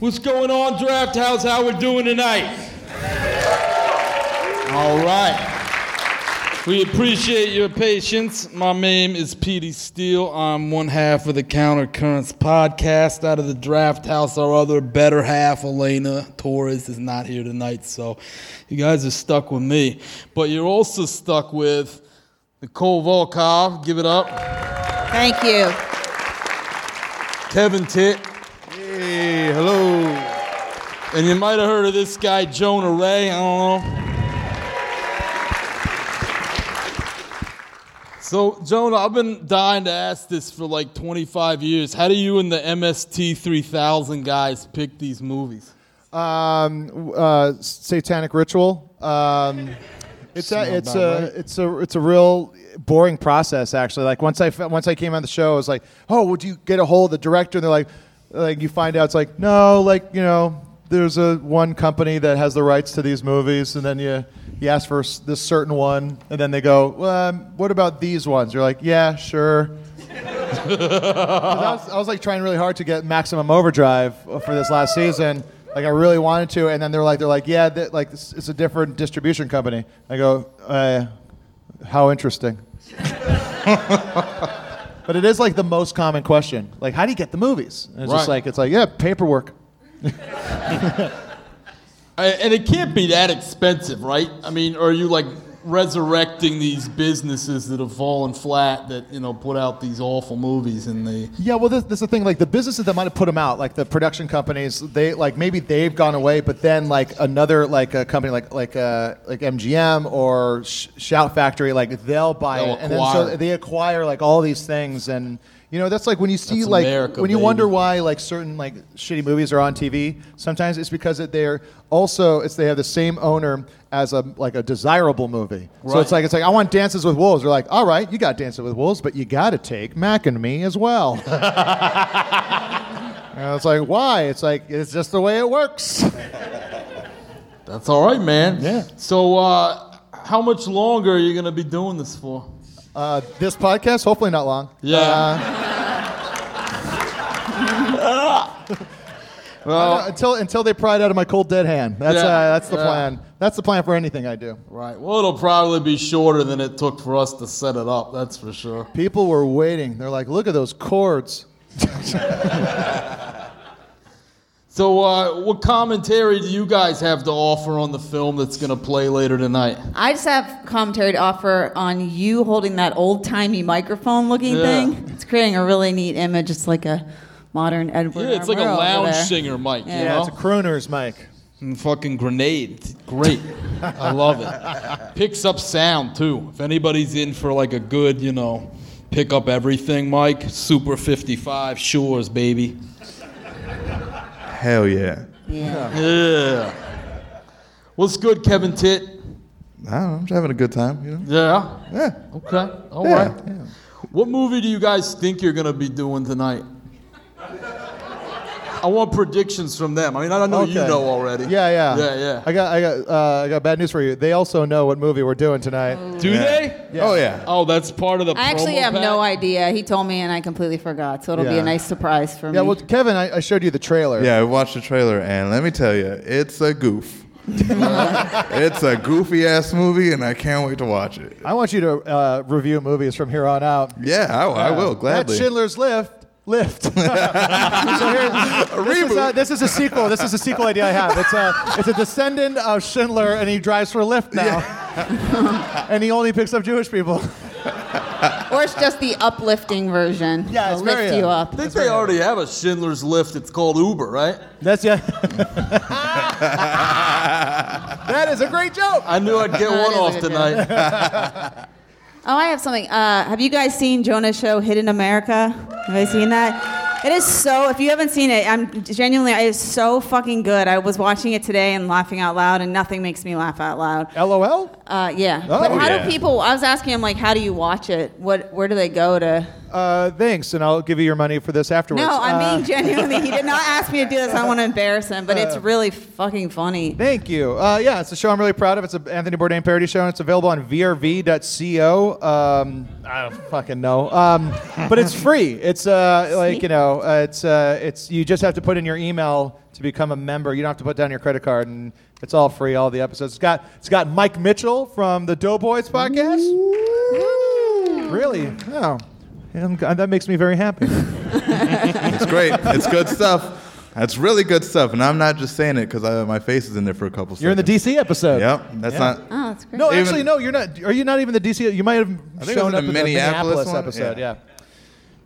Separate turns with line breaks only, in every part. What's going on, Draft House? How we doing tonight? All right. We appreciate your patience. My name is Petey Steele. I'm one half of the Counter Currents podcast out of the Draft House. Our other better half, Elena Torres, is not here tonight, so you guys are stuck with me. But you're also stuck with Nicole Volkov. Give it up.
Thank you.
Kevin Titt. Hey, hello. And you might have heard of this guy, Jonah Ray. I don't know. So, Jonah, I've been dying to ask this for like 25 years. How do you and the MST 3000 guys pick these movies?
um, uh, satanic ritual. Um, it's
Sound
a, it's
about
a
right.
it's a it's a real boring process actually. Like once I fe- once I came on the show, I was like, oh, would you get a hold of the director? And they're like, like you find out it's like no, like you know, there's a one company that has the rights to these movies, and then you you ask for s- this certain one, and then they go, well, um, what about these ones? You're like, yeah, sure. 'Cause I, was, I was like trying really hard to get maximum overdrive for this last season. Like I really wanted to, and then they're like, they're like, yeah, th- like it's, it's a different distribution company. I go, uh, how interesting. but it is like the most common question. Like, how do you get the movies? And it's just
Right.
like it's like yeah, paperwork.
I, and it can't be that expensive, right? I mean, are you like resurrecting these businesses that have fallen flat that, you know, put out these awful movies and they.
Yeah, well, this, this is the thing. Like the businesses that might have put them out, like the production companies, they like maybe they've gone away, but then like another like a company like like uh, like MGM or Sh- Shout Factory, like they'll buy
They'll
it, and then so
acquire.
they acquire like all these things, and you know that's like when you see
That's
like
America,
when you
baby.
wonder why like certain like shitty movies are on TV. Sometimes it's because that they're also it's they have the same owner as a like a desirable movie. So
Right.
it's like it's like I want Dances with Wolves. They're like, all right, you got Dances with Wolves, but you got to take Mac and Me as well. And it's like, why? It's like, it's just the way it works.
That's all right, man.
Yeah.
So, uh, how much longer are you going to be doing this for?
Uh, this podcast, hopefully not long.
Yeah.
Uh,
Well,
until until they pry it out of my cold dead hand. That's
Yeah,
uh, that's the
yeah.
plan. That's the plan for anything I do.
right. Well, it'll probably be shorter than it took for us to set it up. That's for sure.
People were waiting. They're like, look at those chords.
So, uh, what commentary do you guys have to offer on the film that's going to play later tonight?
I just have commentary to offer on you holding that old timey microphone looking
Yeah.
thing. It's creating a really neat image. It's like a modern Edward.
Yeah, it's like a
Murrow over
lounge
there.
singer mic.
Yeah.
You
Yeah,
know?
it's a crooner's mic.
And Mm, fucking grenade. It's great. I love it. Picks up sound too. If anybody's in for like a good, you know, pick up everything, Mike. Super 55 Shores, baby.
Hell yeah.
Yeah.
Yeah. What's good, Kevin Tit?
I don't know, I'm just having a good time, you know?
Yeah.
Yeah.
Okay. All
yeah,
right.
yeah.
What movie do you guys think you're gonna be doing tonight? I want predictions from them. I mean, I don't know Oh, you
Okay.
know already.
Yeah, yeah.
Yeah, yeah.
I got I got uh, I got bad news for you. They also know what movie we're doing tonight.
do
Yeah.
they?
Oh, yeah.
Oh, that's part of the.
I actually
promo
have
pack?
no idea. He told me and I completely forgot, so it'll be
Yeah.
a nice surprise for
Yeah,
me.
well, Kevin, I, I showed you the trailer.
Yeah, I watched the trailer, and let me tell you, it's a goof. it's a goofy ass movie, and I can't wait to watch it.
I want you to uh, review movies from here on out.
Yeah, I, I will, gladly.
That's Uh, Schindler's Lift. Lift. so here's, this, is a, this is a sequel. This is a sequel idea I have. It's a, it's a descendant of Schindler, and he drives for Lyft now. and he only picks up Jewish people.
or it's just the uplifting version.
Yeah, it's
It'll lift
very,
you
uh,
I
up.
think they already have a Schindler's List. It's called Uber, right?
That's yeah. that is a great joke.
I knew I'd get
That
one
is a
off
good
tonight.
Oh, I have something. Uh, have you guys seen Jonah's show Hidden America? Have I seen that? It is so. If you haven't seen it, I'm genuinely. It is so fucking good. I was watching it today and laughing out loud, and nothing makes me laugh out loud.
LOL.
Uh, yeah.
Oh,
but how
yeah.
do people? I was asking him like, how do you watch it? What? Where do they go to?
uh, thanks, and I'll give you your money for this afterwards.
No, I'm
Uh, Uh.
being genuinely. He did not ask me to do this. I don't want to embarrass him, but it's really fucking funny.
Thank you. Uh, yeah, it's a show I'm really proud of. It's an Anthony Bourdain parody show, and it's available on VRV.co. Um, I don't fucking know, um, but it's free. It's uh, like you know, uh, it's uh, it's you just have to put in your email to become a member. You don't have to put down your credit card, and it's all free. All the episodes. It's got it's got Mike Mitchell from the Doughboys podcast. Really? Oh, I'm- that makes me very happy.
It's great. It's good stuff. That's really good stuff, and I'm not just saying it because my face is in there for a couple.
You're in the
seconds.
DC episode.
Yep, that's
Yeah.
not.
Oh, that's great.
No,
Even-
actually, no. You're not. Are you not even the DC? You might have
was
shown
in
up
the
in the
Minneapolis
Minneapolis
one.
episode. Yeah.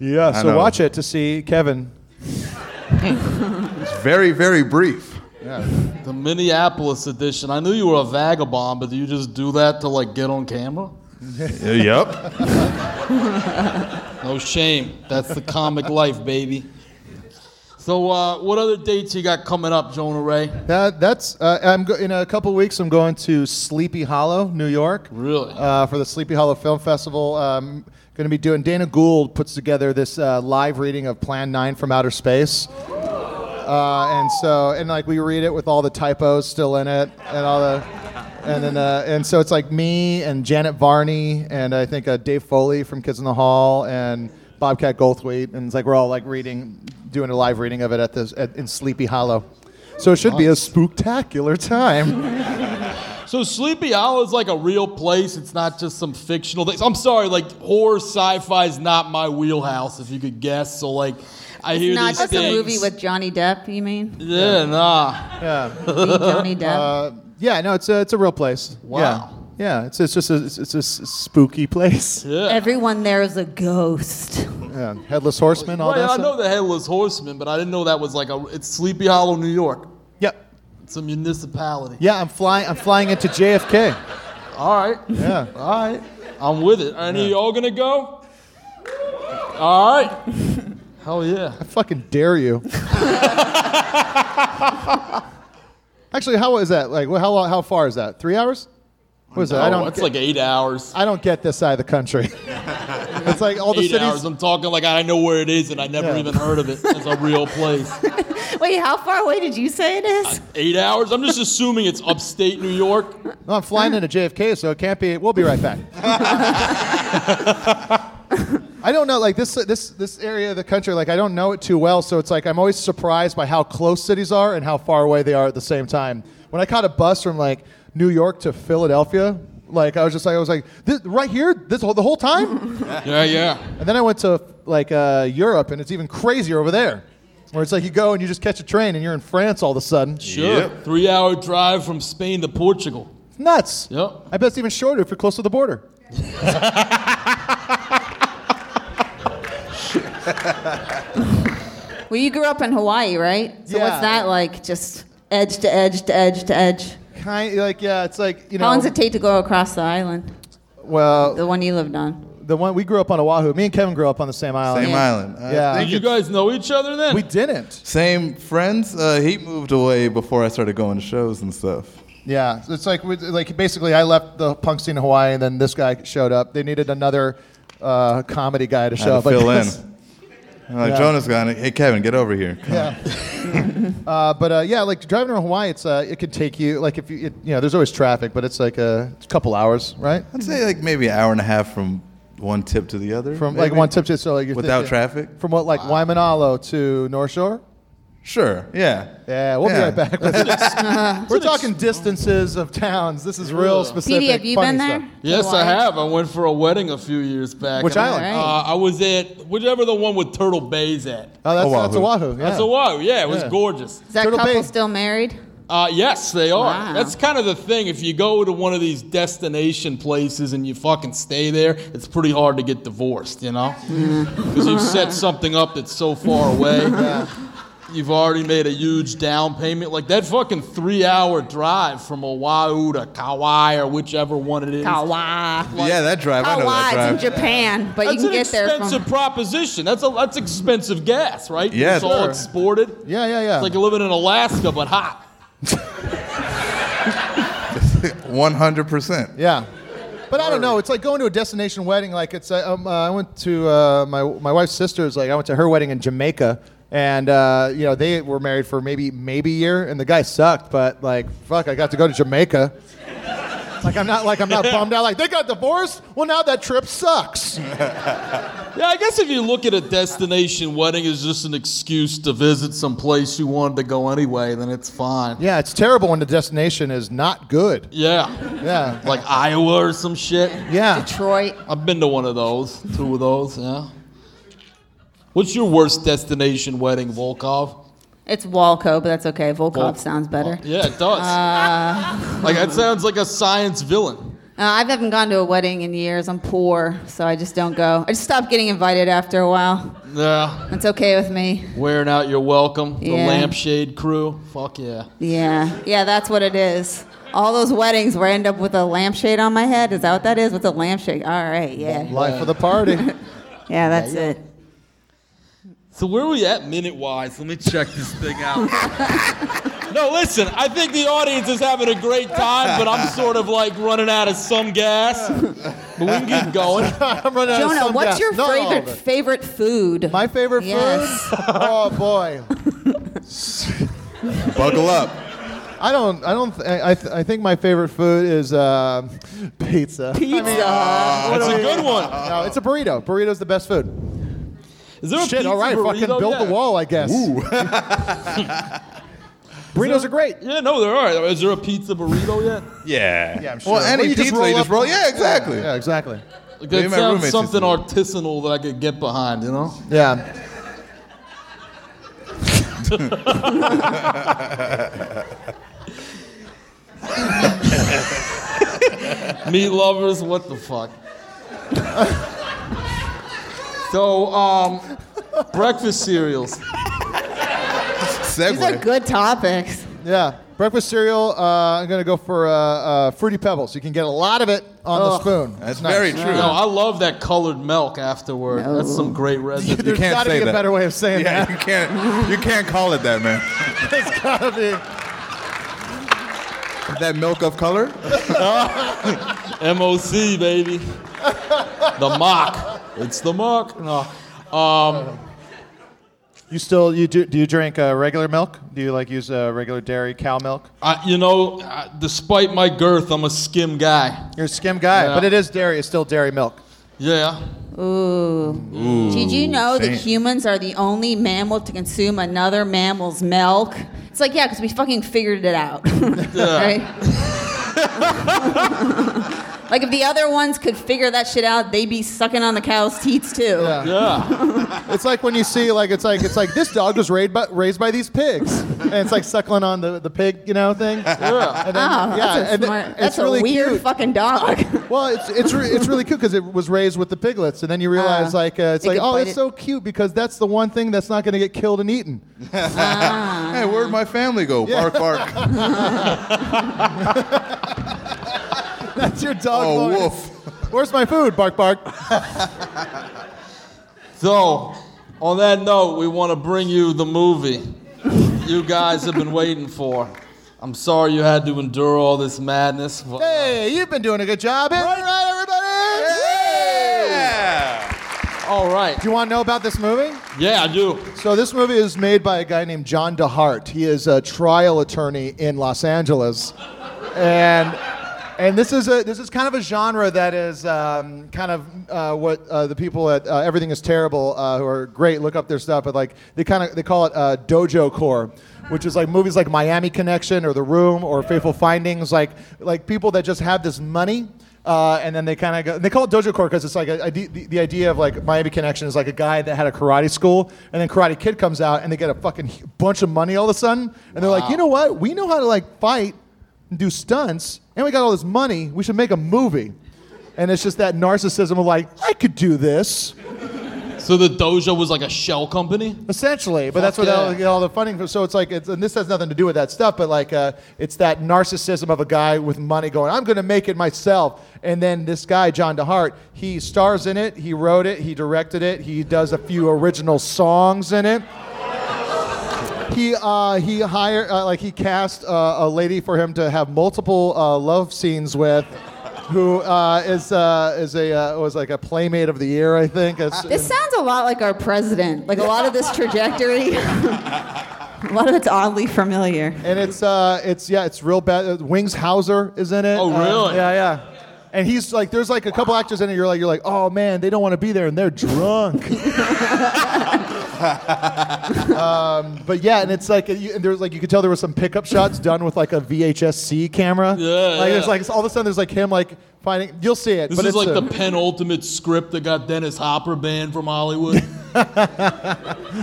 Yeah.
Yeah.
I
so
know.
watch it to see Kevin.
It's very, very brief.
The Minneapolis edition. I knew you were a vagabond, but do you just do that to like get on camera?
Uh, yep.
No shame. That's the comic life, baby. So, uh, what other dates you got coming up, Jonah Ray?
That, that's. Uh, I'm go- in a couple weeks. I'm going to Sleepy Hollow, New York.
Really?
Uh, for the Sleepy Hollow Film Festival. Um, going to be doing. Dana Gould puts together this uh, live reading of Plan Nine from Outer Space. Uh, and so, and like we read it with all the typos still in it, and all the, and then, uh, and so it's like me and Janet Varney and I think uh, Dave Foley from Kids in the Hall and Bobcat Goldthwait, and it's like we're all like reading, doing a live reading of it at this at, in Sleepy Hollow. So it should be a spooktacular time.
So Sleepy Hollow is like a real place. It's not just some fictional thing. I'm sorry, like horror sci-fi is not my wheelhouse, if you could guess. So like, I hear
Not
these
just
things.
a movie with Johnny Depp, you mean?
yeah, nah.
Being Johnny Depp.
Uh, yeah, no, it's a it's a real place.
Wow.
Yeah, yeah it's it's just a it's, it's a s- spooky place.
Yeah.
Everyone there is a ghost.
Yeah, headless horseman, all
Right,
that.
I know
stuff.
the Headless Horseman, but I didn't know that was like a. It's Sleepy Hollow, New York.
Yep.
It's a municipality.
Yeah, I'm flying. I'm flying into JFK.
All right.
Yeah.
All right. I'm with it. Are any of y'all gonna go? All right. Hell yeah.
I fucking dare you. Actually, how is that? Like, well, how long, how far is that? Three hours? What is that? I
Oh,
don't.
it's
get-
like eight hours.
I don't get this side of the country. it's like all the
Eight
cities.
hours. I'm talking like I know where it is, and I never
Yeah.
even heard of it. It's a real place.
Wait, how far away did you say it is?
Eight hours? I'm just assuming it's upstate New York.
No, I'm flying into JFK, so it can't be. We'll be right back. I don't know, like this this this area of the country, like I don't know it too well, so it's like I'm always surprised by how close cities are and how far away they are at the same time. When I caught a bus from like New York to Philadelphia, like I was just like I was like this, right here this whole, the whole time,
Yeah, yeah.
and then I went to like uh, Europe, and it's even crazier over there, where it's like you go and you just catch a train and you're in France all of a sudden.
Sure.
Yep.
Three hour drive from Spain to Portugal.
It's nuts.
Yep.
I bet it's even shorter if you're close to the border.
Well, you grew up in Hawaii, right? So
Yeah.
what's that like? Just edge to edge to edge to edge.
Kind like yeah, it's like you know.
How long does it take to go across the island?
Well,
The one you lived on.
the one we grew up on Oahu. Me and Kevin grew up on the same island.
Same
Yeah.
island. I
Oh, Yeah.
Did
think
you
it's-
guys know each other then?
We didn't.
Same friends. Uh, he moved away before I started going to shows and stuff.
Yeah, so it's like we, like basically I left the punk scene in Hawaii, and then this guy showed up. They needed another uh, comedy guy to show
I had
up.
to fill in.
this.
I'm like
Yeah.
Jonah's gone. Hey Kevin, get over here.
Yeah. uh, but uh, yeah, like driving around Hawaii, it's uh, it could take you like if you it, you know there's always traffic, but it's like a, it's a couple hours, right?
I'd say like maybe an hour and a half from one tip to the other.
From like
maybe?
one tip to so like you're
Without
thinking-
traffic?
From what like Waimanalo to North Shore.
Sure. Yeah.
Yeah, we'll
Yeah.
be right back. With
Uh-huh.
this. We're talking distances of towns. This is real specific.
Petey, have you
funny
been there?
stuff.
yes, I
Hawaii?
have. I went for a wedding a few years back.
Which
and I-
island?
Uh, I was at whichever the one with Turtle Bay's at.
Oh, that's Oahu. That's
Oahu.
Oahu. Yeah.
That's a wow. Yeah, it was
Yeah.
gorgeous.
Is that
Turtle
couple
Bay.
still married?
Uh, yes, they are.
Wow.
That's kind of the thing. If you go to one of these destination places and you fucking stay there, it's pretty hard to get divorced, you know? Because you've set something up that's so far away. You've already made a huge down payment. Like that fucking three hour drive from Oahu to Kauai or whichever one it is.
Kauai.
Yeah, that drive. I know that
Kauai.
drive.
It's in Japan, but
That's
you can
an
get there
expensive
from.
proposition. That's a that's expensive gas, right?
Yeah,
it's all
sure.
exported.
Yeah, yeah, yeah.
It's like living in Alaska but hot.
One hundred percent.
yeah. But I don't know. It's like going to a destination wedding. Like it's uh, um, uh, I went to uh, my my wife's sister's. Like I went to her wedding in Jamaica, and uh, you know they were married for maybe maybe a year, and the guy sucked. But like fuck, I got to go to Jamaica. Like I'm not like I'm not bummed out. Like they got divorced. Well, now that trip sucks.
Yeah, I guess if you look at a destination wedding as just an excuse to visit some place you wanted to go anyway, then it's fine.
Yeah, it's terrible when the destination is not good.
Yeah.
Yeah,
Like Iowa or some shit.
yeah.
Detroit.
I've been to one of those, two of those, yeah. What's your worst destination wedding, Volkov?
It's Walco, but that's okay. Volkov
Vol-
sounds better.
Yeah, it does. like that sounds like a science villain.
Uh, I haven't gone to a wedding in years. I'm poor, so I just don't go. I just stopped getting invited after a while.
Yeah.
That's okay with me.
Wearing out your welcome, the
Yeah.
lampshade crew. Fuck yeah.
Yeah, yeah, that's what it is. All those weddings where I end up with a lampshade on my head. Is that what that is? With a lampshade? All right, yeah,
Life of the party.
yeah, that's it.
So where are we at minute wise? Let me check this thing out. no, listen, I think the audience is having a great time, but I'm sort of like running out of some gas. But we can keep going.
I'm running out of
Jonah,
some
what's
gas.
your
Not all of
favorite
it.
favorite food?
My favorite
Yes.
food? Oh boy.
Buckle up.
I don't I don't th- I th- I think my favorite food is uh, pizza. uh,
pizza.
That's a good one.
No, it's a burrito. Burrito's the best food.
Is there a
Shit,
pizza
all right,
burrito?
fucking build
yeah.
the wall, I guess. Burritos are great.
Yeah, no, there are. Is there a pizza burrito yet?
Yeah.
Yeah, I'm
Well,
sure.
any
Well, you
pizza,
just roll
you just
up-
roll. Yeah, exactly.
Yeah, exactly.
Like,
Me
that
and my
sounds
roommates
something
used
artisanal that I could get behind, you know?
Yeah.
Meat lovers, what the fuck? so, um, breakfast cereals.
These are
Segway.
good topics.
Yeah. Breakfast cereal, uh, I'm going to go for uh, uh, Fruity Pebbles. You can get a lot of it on the
Ugh.
spoon.
That's
It's nice.
very true.
No, I love that colored milk afterward. That's some great residue.
There's
can't
got to
say
be a
that.
better way of saying
Yeah, you can't. You can't call it that, man.
that. There's got to be.
That milk of color.
MOC, baby. the mock. It's the mock. No. Um,
You still you do do you drink uh, regular milk? Do you like use uh, regular dairy cow milk?
I, you know, uh, despite my girth, I'm a skim guy.
You're a skim guy,
Yeah.
but it is dairy. It's still dairy milk.
Yeah.
Ooh. Did you know that
damn.
humans are the only mammal to consume another mammal's milk? It's like, yeah, because we fucking figured it out. right? like, if the other ones could figure that shit out, they'd be sucking on the cow's teats, too.
Yeah.
It's like when you see like it's like it's like this dog was raised by raised by these pigs, and it's like suckling on the, the pig you know thing.
Yeah.
And then-
Oh,
yeah,
that's a,
and then
smart,
it's
that's a
really
weird
cute.
fucking dog.
Well, it's it's re- it's really cute because it was raised with the piglets, and then you realize
Ah.
like uh, it's
They
like
could
oh
bite
it's
it.
so cute because that's the one thing that's not going to get killed and eaten.
Hey, where'd my family go? Bark, bark.
That's your dog.
Oh,
Lawrence.
woof.
Where's my food? Bark bark.
So, on that note, we want to bring you the movie you guys have been waiting for. I'm sorry you had to endure all this madness. but-
Hey, you've been doing a good job. Isn't it right, everybody?
Yeah.
All right.
Do you want to know about this movie?
Yeah, I do.
So this movie is made by a guy named John DeHart. He is a trial attorney in Los Angeles, and and this is a this is kind of a genre that is um, kind of uh, what uh, the people at uh, Everything Is Terrible, uh, who are great, look up their stuff. But like they kind of they call it uh, dojo core, which is like movies like Miami Connection or The Room or Faithful Findings, like like people that just have this money uh, and then they kind of go. They call it dojo core because it's like a, a- the, the idea of like Miami Connection is like a guy that had a karate school, and then Karate Kid comes out, and they get a fucking hu- bunch of money all of a sudden, and they're like, you know what? We know how to like fight and do stunts, and we got all this money. We should make a movie, and it's just that narcissism of like, I could do this
So the dojo was like a shell company?
essentially. But that's
Fuck
what all,
yeah.
all the funding. For, so it's like, it's, and this has nothing to do with that stuff. But like, uh, it's that narcissism of a guy with money going, "I'm going to make it myself." And then this guy, John DeHart, he stars in it. He wrote it. He directed it. He does a few original songs in it. He uh, he hired uh, like he cast uh, a lady for him to have multiple uh, love scenes with. who uh, is uh, is a uh, was like a playmate of the year, I think. It's-
This sounds a lot like our president. Like a lot of this trajectory. a lot of it's oddly familiar.
and it's uh, it's yeah, it's real bad. uh, Wings Hauser is in it.
Oh,
Uh,
really?
yeah, yeah. And he's like, there's like a couple actors in it. You're like, you're like, oh man, they don't want to be there, and they're drunk. um, Um, but yeah, and it's like, you, and there's like, you could tell there was some pickup shots done with like a VHS C camera.
Yeah,
Like
yeah.
it's like all of a sudden there's like him like finding. You'll see it.
This
but
is
it's
like
a-
the penultimate script that got Dennis Hopper banned from Hollywood.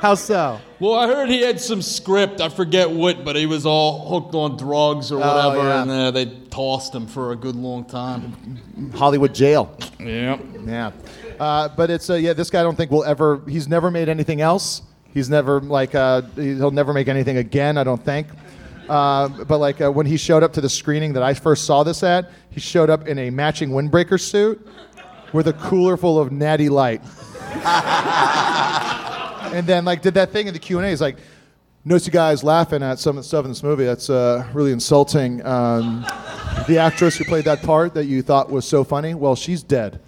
how so.
well, I heard he had some script. I forget what, but he was all hooked on drugs or whatever,
yeah.
and uh, they tossed him for a good long time.
Hollywood jail.
Yeah.
Yeah, uh, but it's uh, yeah. This guy, I don't think will ever. He's never made anything else. He's never like uh, he'll never make anything again. I don't think. Uh, but like uh, when he showed up to the screening that I first saw this at, he showed up in a matching windbreaker suit with a cooler full of Natty Light. and then like did that thing in the Q and A. He's like, "Notice you guys laughing at some of the stuff in this movie. That's uh, really insulting." Um, the actress who played that part that you thought was so funny, well, she's dead.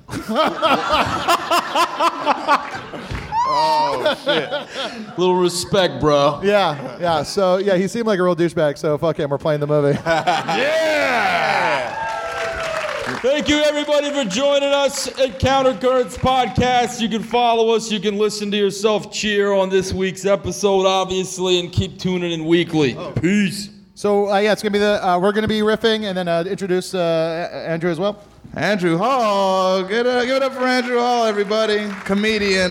Little respect, bro.
Yeah, yeah. So yeah, he seemed like a real douchebag. So fuck him. We're playing the movie.
Yeah!
Thank you, everybody, for joining us at Counter Currents Podcast. You can follow us. You can listen to yourself cheer on this week's episode, obviously, and keep tuning in weekly. Peace.
So uh, yeah, it's gonna be the uh, we're gonna be riffing and then uh, introduce uh, A- Andrew as well.
Andrew Hall. Get a, give it up for Andrew Hall, everybody. Comedian.